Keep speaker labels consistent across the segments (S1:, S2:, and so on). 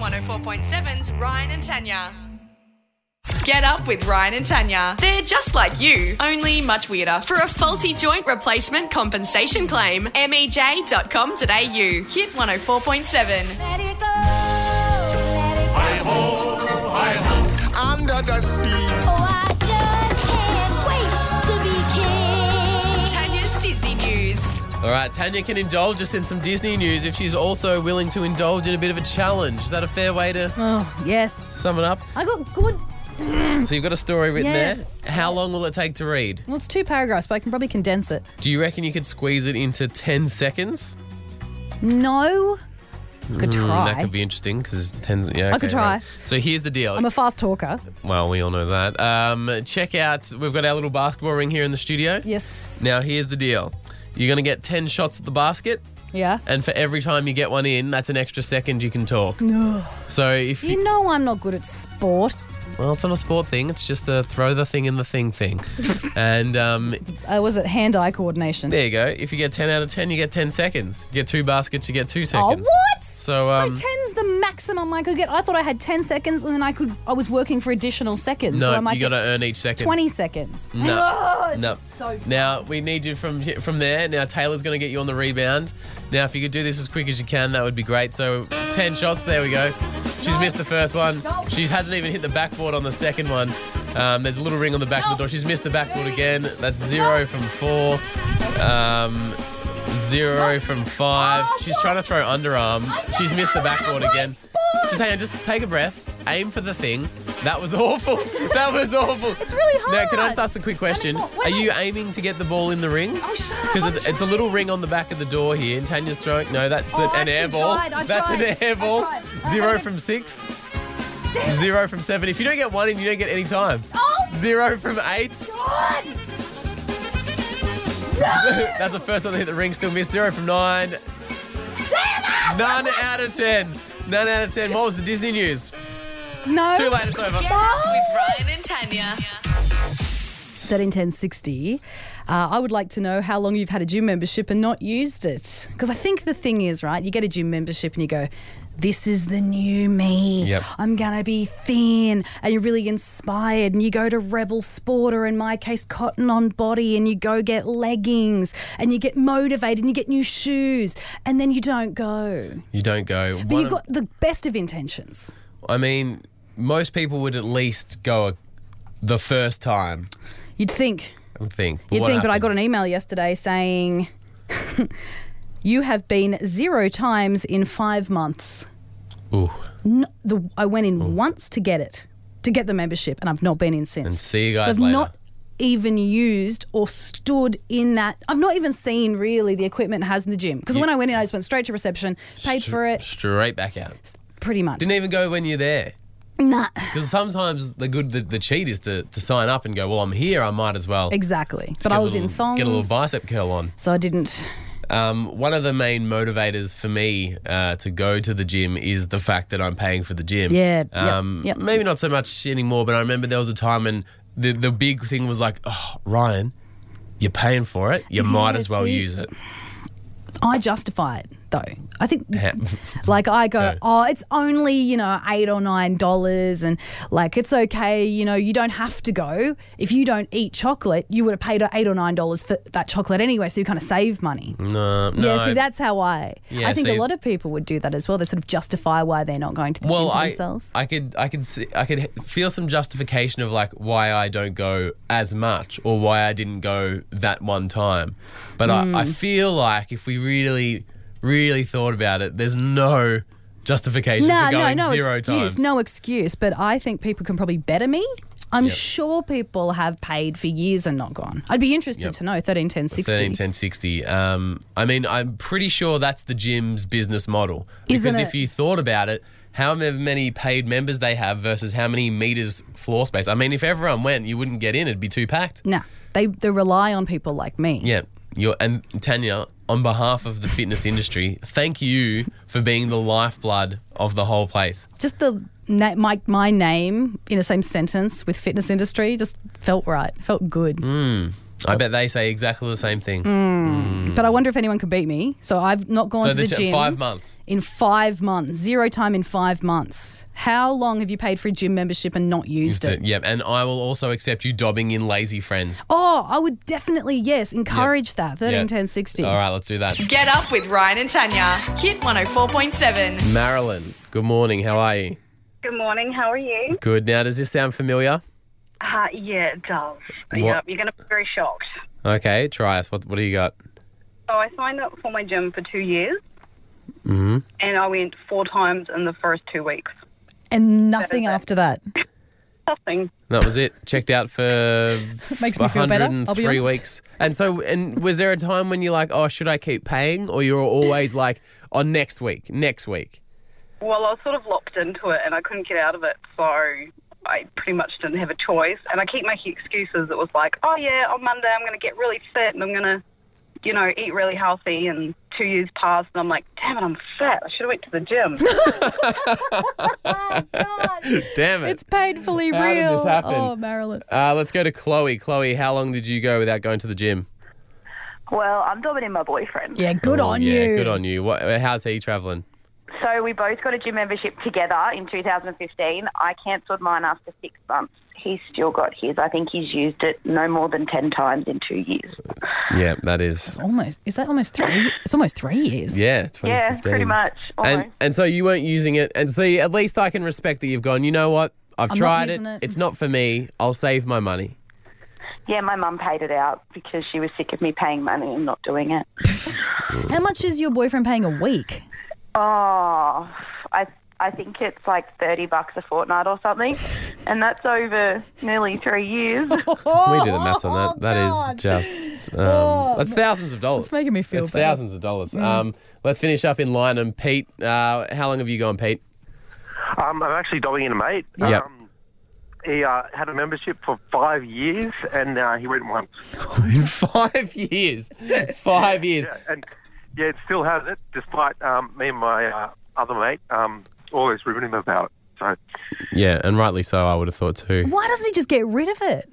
S1: 104.7's Ryan and Tanya. Get up with Ryan and Tanya. They're just like you, only much weirder. For a faulty joint replacement compensation claim, E mej.com.au. Hit 104.7.
S2: Let it go. Let it go.
S3: Under the sea.
S2: Oh, I just can't wait to be king.
S1: Tanya's Disney News.
S4: All right, Tanya can indulge us in some Disney news if she's also willing to indulge in a bit of a challenge. Is that a fair way to
S5: Oh, yes.
S4: sum it up?
S5: I got good.
S4: So you've got a story written
S5: Um, Yes.
S4: there. How long will it take to read?
S5: Well, it's two paragraphs, but I can probably condense it.
S4: Do you reckon you could squeeze it into 10 seconds?
S5: No. Could
S4: Hmm,
S5: try.
S4: That could be interesting because 10 yeah,
S5: I
S4: okay,
S5: could try.
S4: right. So here's the deal.
S5: I'm a fast talker.
S4: well, we all know that. Um, check out, we've got our little basketball ring here in the studio.
S5: Yes.
S4: Now, here's the deal. You're going to get 10 shots at the basket,
S5: Yeah.
S4: and for every time you get one in, that's an extra second you can talk. So if you,
S5: You know I'm not good at sport.
S4: well, it's not a sport thing, it's just a throw the thing in the thing thing. and um,
S5: Uh, was it hand-eye coordination?
S4: there you go. If you get 10 out of 10, you get 10 seconds. You get two baskets, you get two
S5: Oh,
S4: seconds.
S5: what?
S4: So,
S5: So
S4: um,
S5: ten's the maximum I could get. I thought I had ten seconds, and then I could. I was working for additional seconds, so I
S4: no,
S5: might
S4: you got to
S5: get
S4: earn each second.
S5: twenty seconds.
S4: No.
S5: Oh,
S4: No.
S5: This is so
S4: now we need you from from there. Now Taylor's going to get you on the rebound. Now if you could do this as quick as you can, that would be great. So ten shots. There we go. She's missed the first one.
S5: No.
S4: She hasn't even hit the backboard on the second one. Um, there's a little ring on the back of the door. She's missed the backboard again. That's zero from four. Um, zero from five.
S5: Oh,
S4: She's trying to throw underarm. She's missed the backboard again. Just hang on. Just take a breath. Aim for the thing. That was awful. That was awful.
S5: It's really hard.
S4: Now, can I just ask a quick question?
S5: Wait,
S4: Are you aiming to get the ball in the ring?
S5: Oh, shut up,
S4: Because
S5: I'm
S4: it's, it's a little ring on the back of the door here, and Tanya's throwing. No, that's
S5: Oh, I
S4: an air
S5: actually
S4: ball.
S5: tried, I
S4: that's
S5: tried,
S4: an
S5: I
S4: air ball.
S5: tried.
S4: Zero
S5: I-
S4: from six. Zero from seven. If you don't get one in, you don't get any time.
S5: Oh,
S4: Zero from eight.
S5: God.
S4: That's the first one that hit the ring, still missed. Zero from nine. None out of ten. None out of ten. What was the Disney news?
S5: No.
S4: Too late, it's over.
S1: Get up with Ryan and Tanya.
S5: That in 1060. Uh, I would like to know how long you've had a gym membership and not used it. Because I think the thing is, right, you get a gym membership and you go, this is the new me.
S4: Yep.
S5: I'm going to be thin. And you're really inspired. And you go to Rebel Sport or, in my case, Cotton on Body. And you go get leggings. And you get motivated and you get new shoes. And then you don't go.
S4: You don't go.
S5: But
S4: One
S5: you've
S4: of-
S5: got the best of intentions.
S4: I mean, most people would at least go a, the first time.
S5: You'd think.
S4: I think.
S5: You'd
S4: what
S5: think, but I
S4: happened?
S5: got an email yesterday saying, You have been zero times in five months.
S4: Ooh,
S5: No, the, I went in once to get it, to get the membership, and I've not been in since.
S4: And see you guys
S5: So I've
S4: later.
S5: not even used or stood in that. I've not even seen really the equipment it has in the gym. Because when I went in, I just went straight to reception, paid for it,
S4: straight back out.
S5: pretty much.
S4: Didn't even go when you're there.
S5: Nah.
S4: Because sometimes the good, the, the cheat is to, to sign up and go. Well, I'm here. I might as well.
S5: Exactly. but
S4: get
S5: I
S4: a
S5: was
S4: little-
S5: in thongs.
S4: Get a little bicep curl on.
S5: so I didn't.
S4: Um, one of the main motivators for me uh, to go to the gym is the fact that I'm paying for the gym.
S5: Yeah, yep,
S4: Um,
S5: yep.
S4: Maybe not so much anymore, but I remember there was a time when the, the big thing was like, oh, Ryan, you're paying for it. You might as well
S5: see?
S4: use it.
S5: I justify it though. I think,
S4: Yeah.
S5: like, I go,
S4: Yeah.
S5: oh, it's only you know eight or nine dollars, and like it's okay. You know, you don't have to go if you don't eat chocolate. You would have paid eight or nine dollars for that chocolate anyway, so you kind of save money.
S4: No, Mm. no.
S5: Yeah, see, that's how I.
S4: Yeah,
S5: I think
S4: see-
S5: a lot of people would do that as well. They sort of justify why they're not going to the gym
S4: well,
S5: to
S4: I,
S5: themselves.
S4: I could, I could, see, I could he- feel some justification of like why I don't go as much or why I didn't go that one time. But I, I
S5: Hmm.
S4: feel like if we really, really thought about it, there's no justification
S5: No,
S4: for
S5: no,
S4: going
S5: no
S4: zero
S5: excuse.
S4: times.
S5: No excuse. But I think people can probably better me. I'm
S4: Yep.
S5: sure people have paid for years and not gone. I'd be interested
S4: Yep.
S5: to know. Thirteen, ten, sixty.
S4: 13, 10, 60. Um, I mean, I'm pretty sure that's the gym's business model.
S5: Isn't
S4: because
S5: it?
S4: if you thought about it, how many paid members they have versus how many meters floor space. I mean, if everyone went, you wouldn't get in. It'd be too packed.
S5: No, they they rely on people like me.
S4: Yeah. You're, and Tanya, on behalf of the fitness industry, thank you for being the lifeblood of the whole place.
S5: Just the na- my
S4: Mm.
S5: my name in the same sentence with fitness industry just felt right, felt good.
S4: I bet they say exactly the same thing.
S5: But I wonder if anyone could beat me. So I've not gone
S4: so
S5: Mm. to the
S4: ch-
S5: gym
S4: five months.
S5: in five months, zero time in five months. How long have you paid for a gym membership and not used it?
S4: Yep, and I will also accept you dobbing in lazy friends.
S5: Oh, I would definitely, yes, encourage that. 13,
S4: Yeah.
S5: 10, 60.
S4: All right, let's do that.
S1: Get up with Ryan and Tanya. Hit 104.7.
S4: Marilyn, good morning. How are you?
S3: Good morning. How are you?
S4: Good. Now, does this sound familiar?
S3: Uh, yeah, it does. Yep, you're going to be very shocked.
S4: Okay, try us. What What do you got?
S3: So I signed up for my gym for two years, and I went four times in the first two weeks.
S5: And nothing after that.
S3: Nothing.
S4: That was it. Checked out for
S5: Makes me feel better, I'll
S4: 103
S5: be honest.
S4: weeks. And so, and was there a time when you're like, oh, should I keep paying, or you're always like, oh, next week, next week?
S3: Well, I was sort of locked into it, and I couldn't get out of it, so I pretty much didn't have a choice. And I keep making excuses. It was like, oh yeah, on Monday I'm going to get really fit, and I'm going to, you know, eat really healthy. And two years passed, and I'm like, damn it, I'm fat. I should have went to the gym.
S4: Damn it.
S5: It's painfully
S4: How
S5: real.
S4: did this happen?
S5: Oh, Marilyn.
S4: Uh, let's go to Chloe. Chloe, how long did you go without going to the gym?
S6: Well, I'm dominating my boyfriend.
S5: Yeah, good
S4: Oh,
S5: on
S4: yeah,
S5: you.
S4: good on you. What, how's he traveling?
S6: So we both got a gym membership together in 2015. I cancelled mine after six months. He's still got his. I think he's used it no more than 10 times in two years.
S4: Yeah, that is.
S5: Almost. Is that almost three? It's almost three years.
S4: Yeah, 2015.
S6: Yeah, pretty much. Almost.
S4: And and so you weren't using it. And see, at least I can respect that you've gone. You know what? I've
S5: I'm not
S4: tried it.
S5: using it.
S4: It's not for me. I'll save my money.
S6: yeah, my mum paid it out because she was sick of me paying money and not doing it.
S5: How much is your boyfriend paying a week?
S6: Oh, I I think it's like 30 bucks a fortnight or something. And that's over nearly three years.
S4: So we do the
S5: Oh,
S4: maths on that. That is just um, that's thousands of dollars. It's
S5: making me feel
S4: It's
S5: bad. Mm.
S4: thousands of dollars. Um, let's finish up in line. And Pete, uh, how long have you gone, Pete?
S7: Um, I'm actually dobbing in a mate.
S4: Yep.
S7: Um, he uh, had a membership for five years, and uh, he went once.
S4: in five years. Five years.
S7: And yeah, it still has it, despite um, me and my uh, other mate um, always ribbing him about it. So
S4: Yeah, and rightly so. I would have thought too.
S5: Why doesn't he just get rid of it?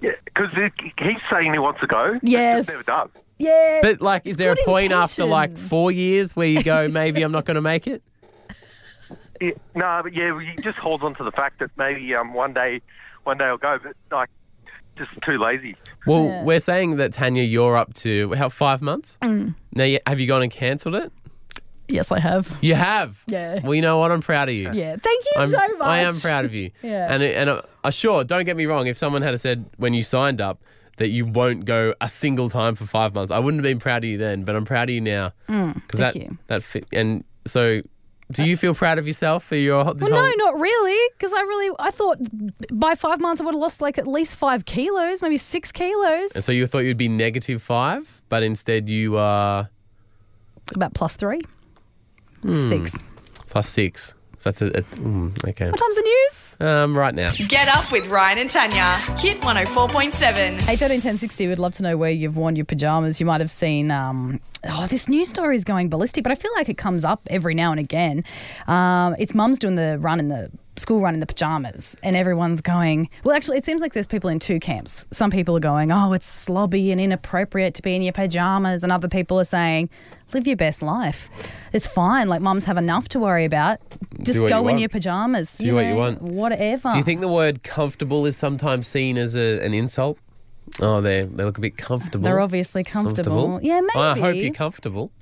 S7: yeah, because he's saying he wants to go. but
S5: Yes.
S7: just never does.
S5: Yeah.
S4: But like, is there
S5: What
S4: a point after
S5: intention?
S4: like four years where you go, maybe I'm not going to make it?
S7: Yeah, no, but yeah, he just holds on to the fact that maybe um, one day, one day I'll go, but like, just too lazy.
S4: Well,
S5: Yeah.
S4: we're saying that Tanya, you're up to how five months?
S5: Mm.
S4: Now, you, have you gone and cancelled it?
S5: yes, I have.
S4: You have.
S5: Yeah.
S4: Well, you know what? I'm proud of you.
S5: Yeah. Thank you
S4: I'm,
S5: so much.
S4: I am proud of you.
S5: Yeah.
S4: And it- and uh, uh, sure, don't get me wrong. If someone had said when you signed up that you won't go a single time for five months, I wouldn't have been proud of you then. But I'm proud of you now. Because that
S5: Mm, you.
S4: that fit. And so, do you feel proud of yourself for your whole- this
S5: Well, no,
S4: whole?
S5: not really, because I really I thought by five months I would have lost like at least five kilos, maybe six kilos.
S4: And so you thought you'd be negative five, but instead you are
S5: About plus three,
S4: Hmm.
S5: six.
S4: plus six. So that's a, a mm, okay.
S5: What time's the news?
S4: Um, right now.
S1: Get up with Ryan and Tanya. Hit 104.7.
S5: Eight thirteen ten sixty. We'd love to know where you've worn your pajamas. You might have seen. Um, oh, this news story is going ballistic, but I feel like it comes up every now and again. Um, it's mums doing the run in the school run in the pajamas, and everyone's going. Well, actually, it seems like there's people in two camps. Some people are going, "Oh, it's slobby and inappropriate to be in your pajamas," and other people are saying, "Live your best life. It's fine. Like mums have enough to worry about. Just
S4: what you
S5: go in
S4: want.
S5: your pajamas. Do
S4: what you want.
S5: Whatever.
S4: Do you think the word comfortable is sometimes seen as a, an insult? Oh, they they look a bit comfortable.
S5: they're obviously comfortable? Yeah, maybe. Um,
S4: Well, I hope you're comfortable.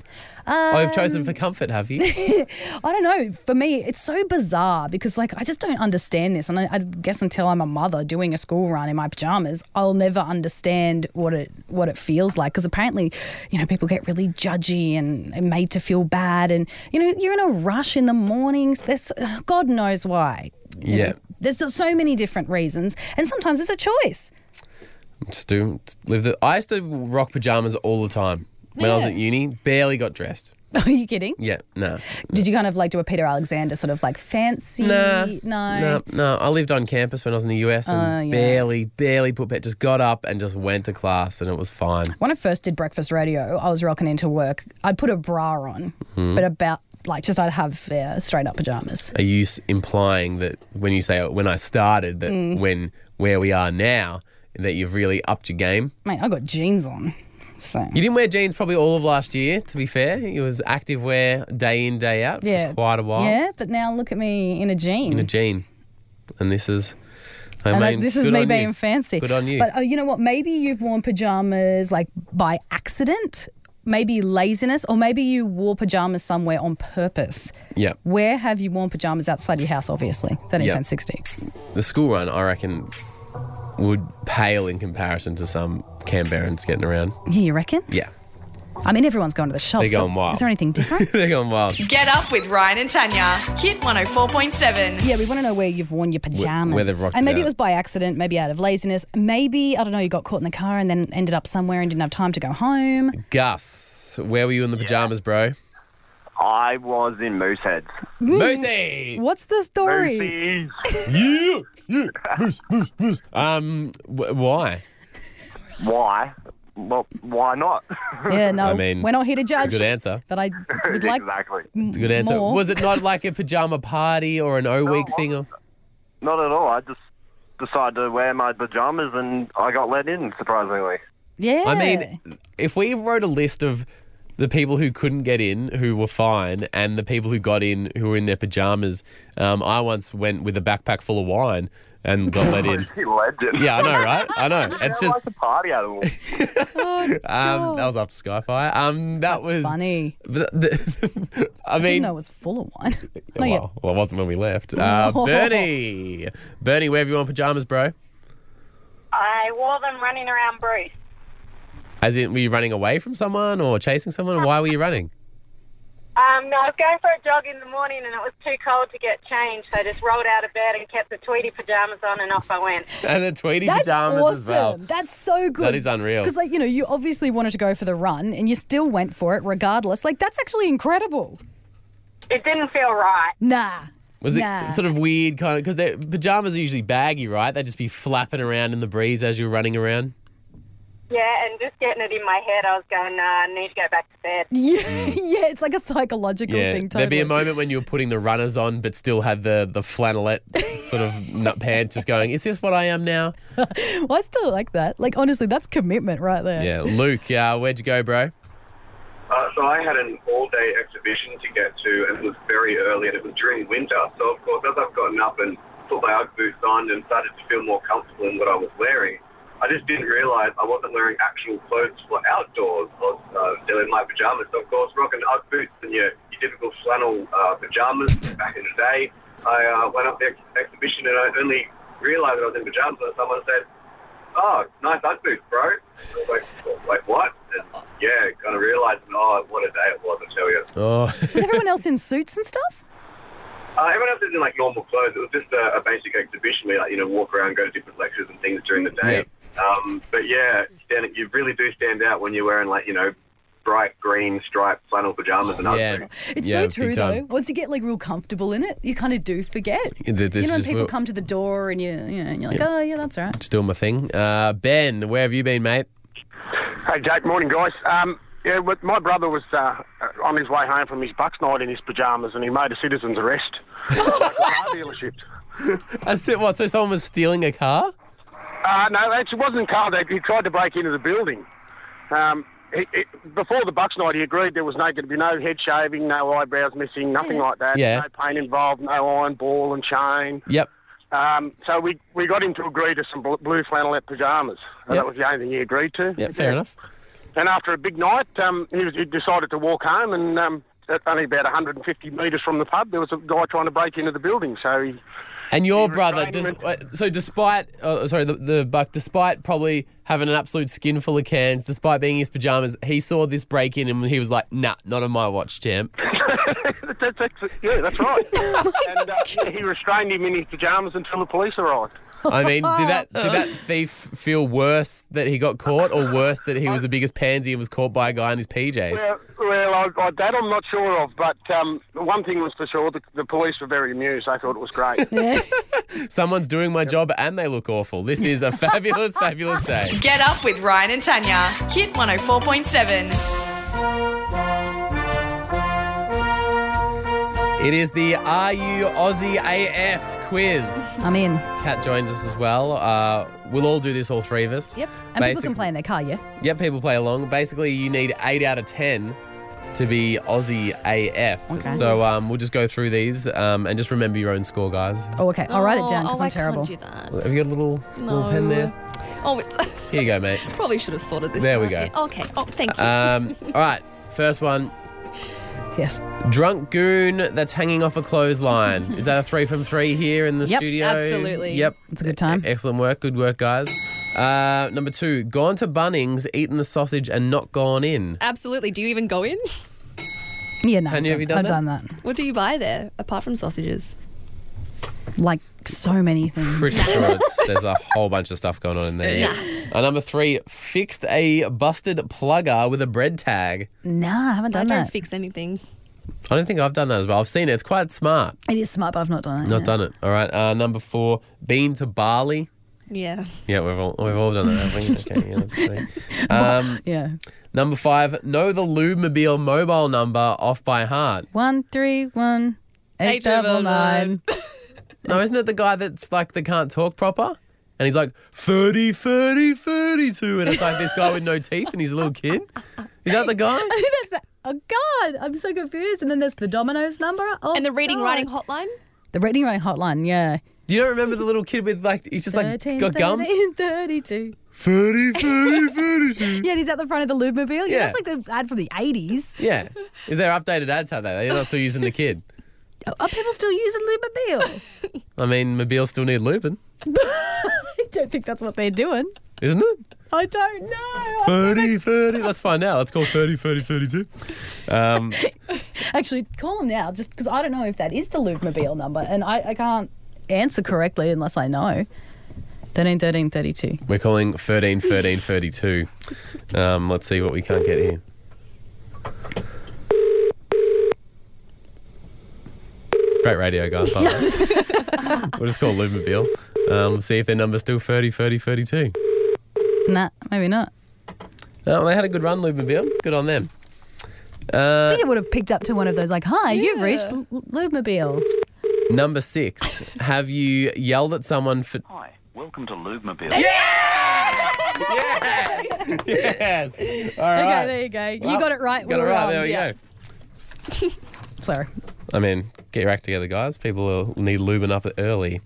S4: oh, you've chosen for comfort, have you?
S5: I don't know. For me, it's so bizarre because, like, I just don't understand this. And I, I guess until I'm a mother doing a school run in my pajamas, I'll never understand what it what it feels like. Because apparently, you know, people get really judgy and, and made to feel bad. And you know, you're in a rush in the mornings. There's God knows why. You
S4: Yeah.
S5: know, there's so- so many different reasons, and sometimes it's a choice.
S4: just do just live the. I used to rock pajamas all the time when I was
S5: Yeah.
S4: at uni. Barely got dressed.
S5: Are you kidding?
S4: Yeah, no,
S5: Did you kind of like do a Peter Alexander sort of like fancy?
S4: Nah.
S5: no.
S4: no, no. I lived on campus when I was in the US and
S5: Oh, yeah.
S4: barely, barely put. Just got up and just went to class, and it was fine.
S5: When I first did breakfast radio, I was rocking into work. I'd put a bra on,
S4: Hmm.
S5: but about like just I'd have uh, straight up pajamas.
S4: Are
S5: Mm.
S4: you s- implying that when you say when I started that when where we are now and that you've really upped your game?
S5: Mate, I got jeans on. So
S4: You didn't wear jeans probably all of last year, to be fair. It was active wear day in, day out
S5: Yeah.
S4: for quite a while.
S5: Yeah, but now look at me in a jean.
S4: In a jean. And this is, I mean,
S5: and like, this is
S4: good
S5: me
S4: on
S5: being
S4: you.
S5: fancy.
S4: Good on you.
S5: But uh, you know what? Maybe you've worn pajamas like by accident, maybe laziness, or maybe you wore pajamas somewhere on purpose.
S4: yeah.
S5: Where have you worn pajamas outside your house? Obviously, thirteen
S4: Yeah.
S5: ten sixty.
S4: The school run, I reckon, would pale in comparison to some Canberrans getting around.
S5: Yeah, you reckon?
S4: Yeah.
S5: I mean, everyone's going to the shops.
S4: They're going
S5: but
S4: wild.
S5: Is there anything different?
S4: They're going wild.
S1: Get up with Ryan and Tanya. Hit 104.7.
S5: Yeah, we want to know where you've worn your pajamas.
S4: where they've rocked
S5: and
S4: it
S5: maybe it
S4: out.
S5: was by accident, maybe out of laziness, maybe I don't know, you got caught in the car and then ended up somewhere and didn't have time to go home.
S4: Gus, where were you in the pajamas, bro?
S8: I was in Moosehead.
S4: Moosey!
S5: What's the story?
S8: Moosey.
S4: Yeah, yeah, moose, moose, moose. Um, wh- why?
S8: Why? Well, why not?
S5: Yeah, no,
S4: I mean,
S5: we're not here to
S4: it's a
S5: judge.
S4: good answer.
S5: But I would like
S8: exactly.
S4: It's a good answer.
S5: More. Oh,
S4: Was it not like a pajama party or an O week thing? Or?
S8: Not at all. I just decided to wear my pajamas and I got let in, surprisingly.
S5: yeah.
S4: I mean, if we wrote a list of the people who couldn't get in who were fine and the people who got in who were in their pajamas, um, I once went with a backpack full of wine and got let in.
S8: Legend.
S4: Yeah, I know, right? I know. It's
S8: Just
S4: just
S8: like a party animal.
S4: um, that was after Skyfire. Um, that was
S5: funny.
S4: The, the- I mean,
S5: Didn't know it was full of wine. no, yeah.
S4: well, well, it wasn't when we left. Uh, Bernie, Bernie, where have you worn pajamas, bro?
S9: I wore them running around Bruce.
S4: As in, were you running away from someone or chasing someone? Why were you running?
S9: Um, no, I was going for a jog in the morning and it was too cold to get changed, so I just rolled out of bed and kept the Tweety pajamas on and off I went.
S4: And the Tweety
S5: That's
S4: pajamas
S5: awesome.
S4: as well.
S5: That's so good.
S4: That is unreal.
S5: Because, like, you know, you obviously wanted to go for the run and you still went for it regardless. Like, that's actually incredible.
S9: It didn't feel right.
S5: Nah.
S4: Was it
S5: Nah.
S4: sort of weird, kind of? Because pajamas are usually baggy, right? They'd just be flapping around in the breeze as you're running around.
S9: Yeah, and just getting it in my head, I was going, nah, I need to go back to bed.
S5: Yeah, yeah, it's like a psychological
S4: Mm. Yeah,
S5: thing. Totally.
S4: there'd be a moment when you were putting the runners on, but still had the the flannelette sort of nut pants, just going, "Is this what I am now?"
S5: Well, I still like that. Like honestly, that's commitment right there.
S4: Yeah, Luke, uh, where'd you go, bro?
S10: Uh, so I had an all-day exhibition to get to, and it was very early, and it was during winter. So of course, as I've gotten up and put my UGG boots on and started to feel more comfortable in what I was wearing, I just didn't realise I wasn't wearing actual clothes for outdoors. I was uh, still in my pajamas. So of course, rocking UGG boots and your, your typical flannel uh, pajamas back in the day. I uh, went up the ex- exhibition and I only realised that I was in pajamas when someone said, oh, nice UGG boots, bro. I was like, like what? And yeah, kind of realised, oh, what a day it was, I tell you.
S4: Oh,
S5: Was everyone else in suits and stuff?
S10: Uh, everyone else is in like normal clothes. It was just a, a basic exhibition. We like you know walk around, go to different lectures and things during the day. Um, but yeah, stand, you really do stand out when you're wearing like you know bright green striped flannel pajamas and
S4: yeah,
S10: other things.
S5: It's
S4: Yeah,
S5: so
S4: big
S5: true though.
S4: time.
S5: Once you get like real comfortable in it, you kind of do forget.
S4: Th- this
S5: you know when
S4: is
S5: people
S4: what-
S5: come to the door and you, you know, and you're like, oh yeah, that's all right.
S4: just doing my thing. Uh, ben, where have you been, mate?
S11: Hey, Jake. Morning, guys. Um, yeah, but my brother was uh, on his way home from his bucks night in his pajamas, and he made a citizen's arrest. At a car dealership.
S4: I said, what? So someone was stealing a car?
S11: Uh, no, actually, it wasn't a car. They, he tried to break into the building. Um, he, he, before the bucks night, he agreed there was no going to be no head shaving, no eyebrows missing, nothing like that.
S4: Yeah.
S11: No paint involved, no iron ball and chain.
S4: Yep.
S11: Um, so we, we got him to agree to some bl- blue flannelette pajamas. And
S4: Yep.
S11: That was the only thing he agreed to.
S4: Yep. Fair enough.
S11: And after a big night, um, he, was, he decided to walk home, and um, at only about 150 metres from the pub, there was a guy trying to break into the building. So he,
S4: And your
S11: He
S4: brother,
S11: restrained
S4: dis-
S11: him
S4: uh, so despite, oh, sorry, the, the buck, despite probably having an absolute skin full of cans, despite being in his pajamas, he saw this break in and he was like, nah, not on my watch, champ.
S11: that's, that's, yeah, that's right. and uh, yeah, he restrained him in his pyjamas until the police arrived.
S4: I mean, did that did that thief feel worse that he got caught, or worse that he was the biggest pansy and was caught by a guy in his PJs?
S11: Well, well I, I, that I'm not sure of, but um, one thing was for sure, the, the police were very amused. They thought it was great.
S4: Someone's doing my job and they look awful. This is a fabulous, fabulous day.
S1: Get up with Ryan and Tanya. Hit 104.7.
S4: It is the Are You Aussie AF quiz.
S5: I'm in.
S4: Kat joins us as well. Uh, we'll all do this, all three of us.
S5: Yep. And people can play in their car, yeah?
S4: Yep, people play along. Basically, you need eight out of ten to be Aussie AF.
S5: Okay.
S4: So um, we'll just go through these um, and just remember your own score, guys.
S5: Oh, okay. I'll write it down
S12: Oh,
S5: because
S12: oh, I
S5: I'm
S12: can't
S5: terrible.
S12: do that.
S4: Have you got a little, little pen there?
S12: Oh, it's
S4: Here you go, mate.
S12: probably should have sorted this.
S4: There we
S12: out.
S4: go.
S12: Okay. Oh, thank you.
S4: Um, all right, first one.
S5: Yes.
S4: Drunk goon that's hanging off a clothesline. Is that a three from three here in the
S5: Yep,
S4: studio?
S5: absolutely.
S4: Yep.
S5: It's a good time.
S4: Excellent work. Good work, guys. Uh, number two, gone to Bunnings, eaten the sausage and not gone in.
S12: Absolutely. Do you even go in?
S5: Yeah, no.
S4: Tanya,
S5: I've
S4: have you done
S5: I've
S4: that?
S5: done that.
S12: What do you buy there apart from sausages?
S5: Like so many things.
S4: Pretty sure it's, there's a whole bunch of stuff going on in there. Uh, number three, fixed a busted plugger with a bread tag.
S5: Nah, I haven't done
S12: I don't
S5: that.
S12: fix anything.
S4: I don't think I've done that as well. I've seen it. It's quite smart.
S5: It is smart, but I've not done it.
S4: Not
S5: yet.
S4: done it. All right. Uh, number four, been to Bali.
S12: Yeah.
S4: Yeah, we've all we've all done that, haven't we? Okay, yeah, that's great. Um,
S5: yeah.
S4: Number five, know the Lubemobile mobile number off by heart.
S5: One, three, one, eight, double nine.
S4: No, isn't it the guy that's like they can't talk proper? And he's like 30, 30, 32. And it's like this guy with no teeth and he's a little kid. Is that the guy?
S5: I think that's the, oh god, I'm so confused. And then there's the Domino's number. Oh,
S12: And the reading
S5: God.
S12: writing hotline?
S5: The reading writing hotline. Yeah.
S4: Do you don't remember the little kid with like, he's just like
S5: 13,
S4: got gums?
S5: 13, 32.
S4: 30, 30, 32.
S5: Yeah, and he's at the front of the Lubemobile. Mm. Yeah,
S4: Yeah.
S5: that's like the ad from the 80s.
S4: Yeah. Is there updated ads out there? They're not still using the kid.
S5: Are- Are people still using Lubemobile?
S4: I mean, Mobile still need Lubin,
S5: I don't think that's what they're doing.
S4: isn't it?
S5: I don't know.
S4: 30, 30. Let's find out. Let's call 30, 30, 32. Um,
S5: Actually, call them now, just because I don't know if that is the Lubemobile number, and I, I can't answer correctly unless I know. 13, 13, 32.
S4: we're calling 13, 13, 32. Um, let's see what we can't get here. Great radio, guys. by the way. we'll just call Lubmobile. Um, see if their number's still 30, 30, 32.
S5: Nah, maybe not.
S4: No, they had a good run, Lubmobile. Good on them.
S5: I
S4: Uh,
S5: think it would have picked up to one of those, like, hi, you've reached L- L- Lubemobile.
S4: number six. Have you yelled at someone for.
S13: Welcome to Lubemobile.
S4: yes. All right.
S5: Okay, there you go.
S4: Well,
S5: you got it right.
S4: Got it
S5: we're
S4: right.
S5: wrong.
S4: There we
S5: Yeah.
S4: go.
S5: Sorry.
S4: I mean, get your act together, guys. People will need lubing up early.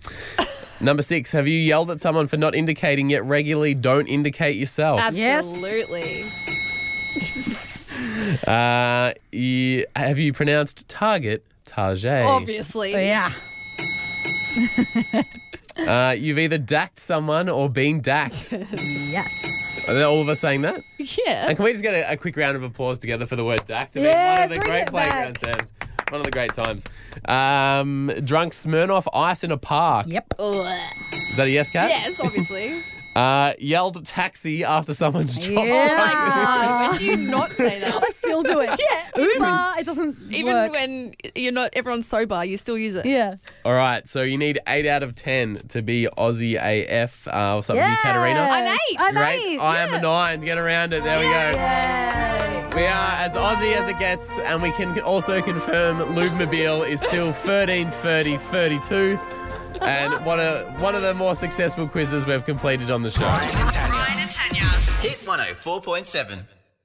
S4: Number six, have you yelled at someone for not indicating yet regularly don't indicate yourself?
S12: Absolutely.
S4: Uh, you, have you pronounced target Target?
S12: Obviously.
S5: Oh, Yeah.
S4: Uh, you've either dacked someone or been dacked.
S5: Yes.
S4: Are they all of us saying that?
S12: Yeah.
S4: And can we just get a, a quick round of applause together for the word dacked? I mean,
S12: Yeah,
S4: one of the
S12: bring
S4: great
S12: it back.
S4: playground terms. It's one of the great times. Um, drunk Smirnoff ice in a park.
S5: Yep.
S4: Is that a yes, Kat?
S12: Yes, obviously.
S4: Uh, yelled taxi after someone's dropped.
S12: Oh my God, would you not say that?
S5: I still do it.
S12: Yeah.
S5: Uber. It doesn't
S12: Even
S5: work.
S12: when you're not everyone's sober, you still use it.
S5: yeah.
S4: All right, so you need eight out of ten to be Aussie AF. Uh, what's up with you, Katarina?
S12: I'm eight.
S5: I'm
S4: Great.
S5: eight.
S4: I am a nine. Get around it. There we go. We are as Aussie as it gets, and we can also confirm Lubemobile is still 13, 30, 32. And one of, one of the more successful quizzes we've completed on the show.
S14: Ryan and Tanya.
S1: Ryan and Tanya.
S14: Hit 104.7.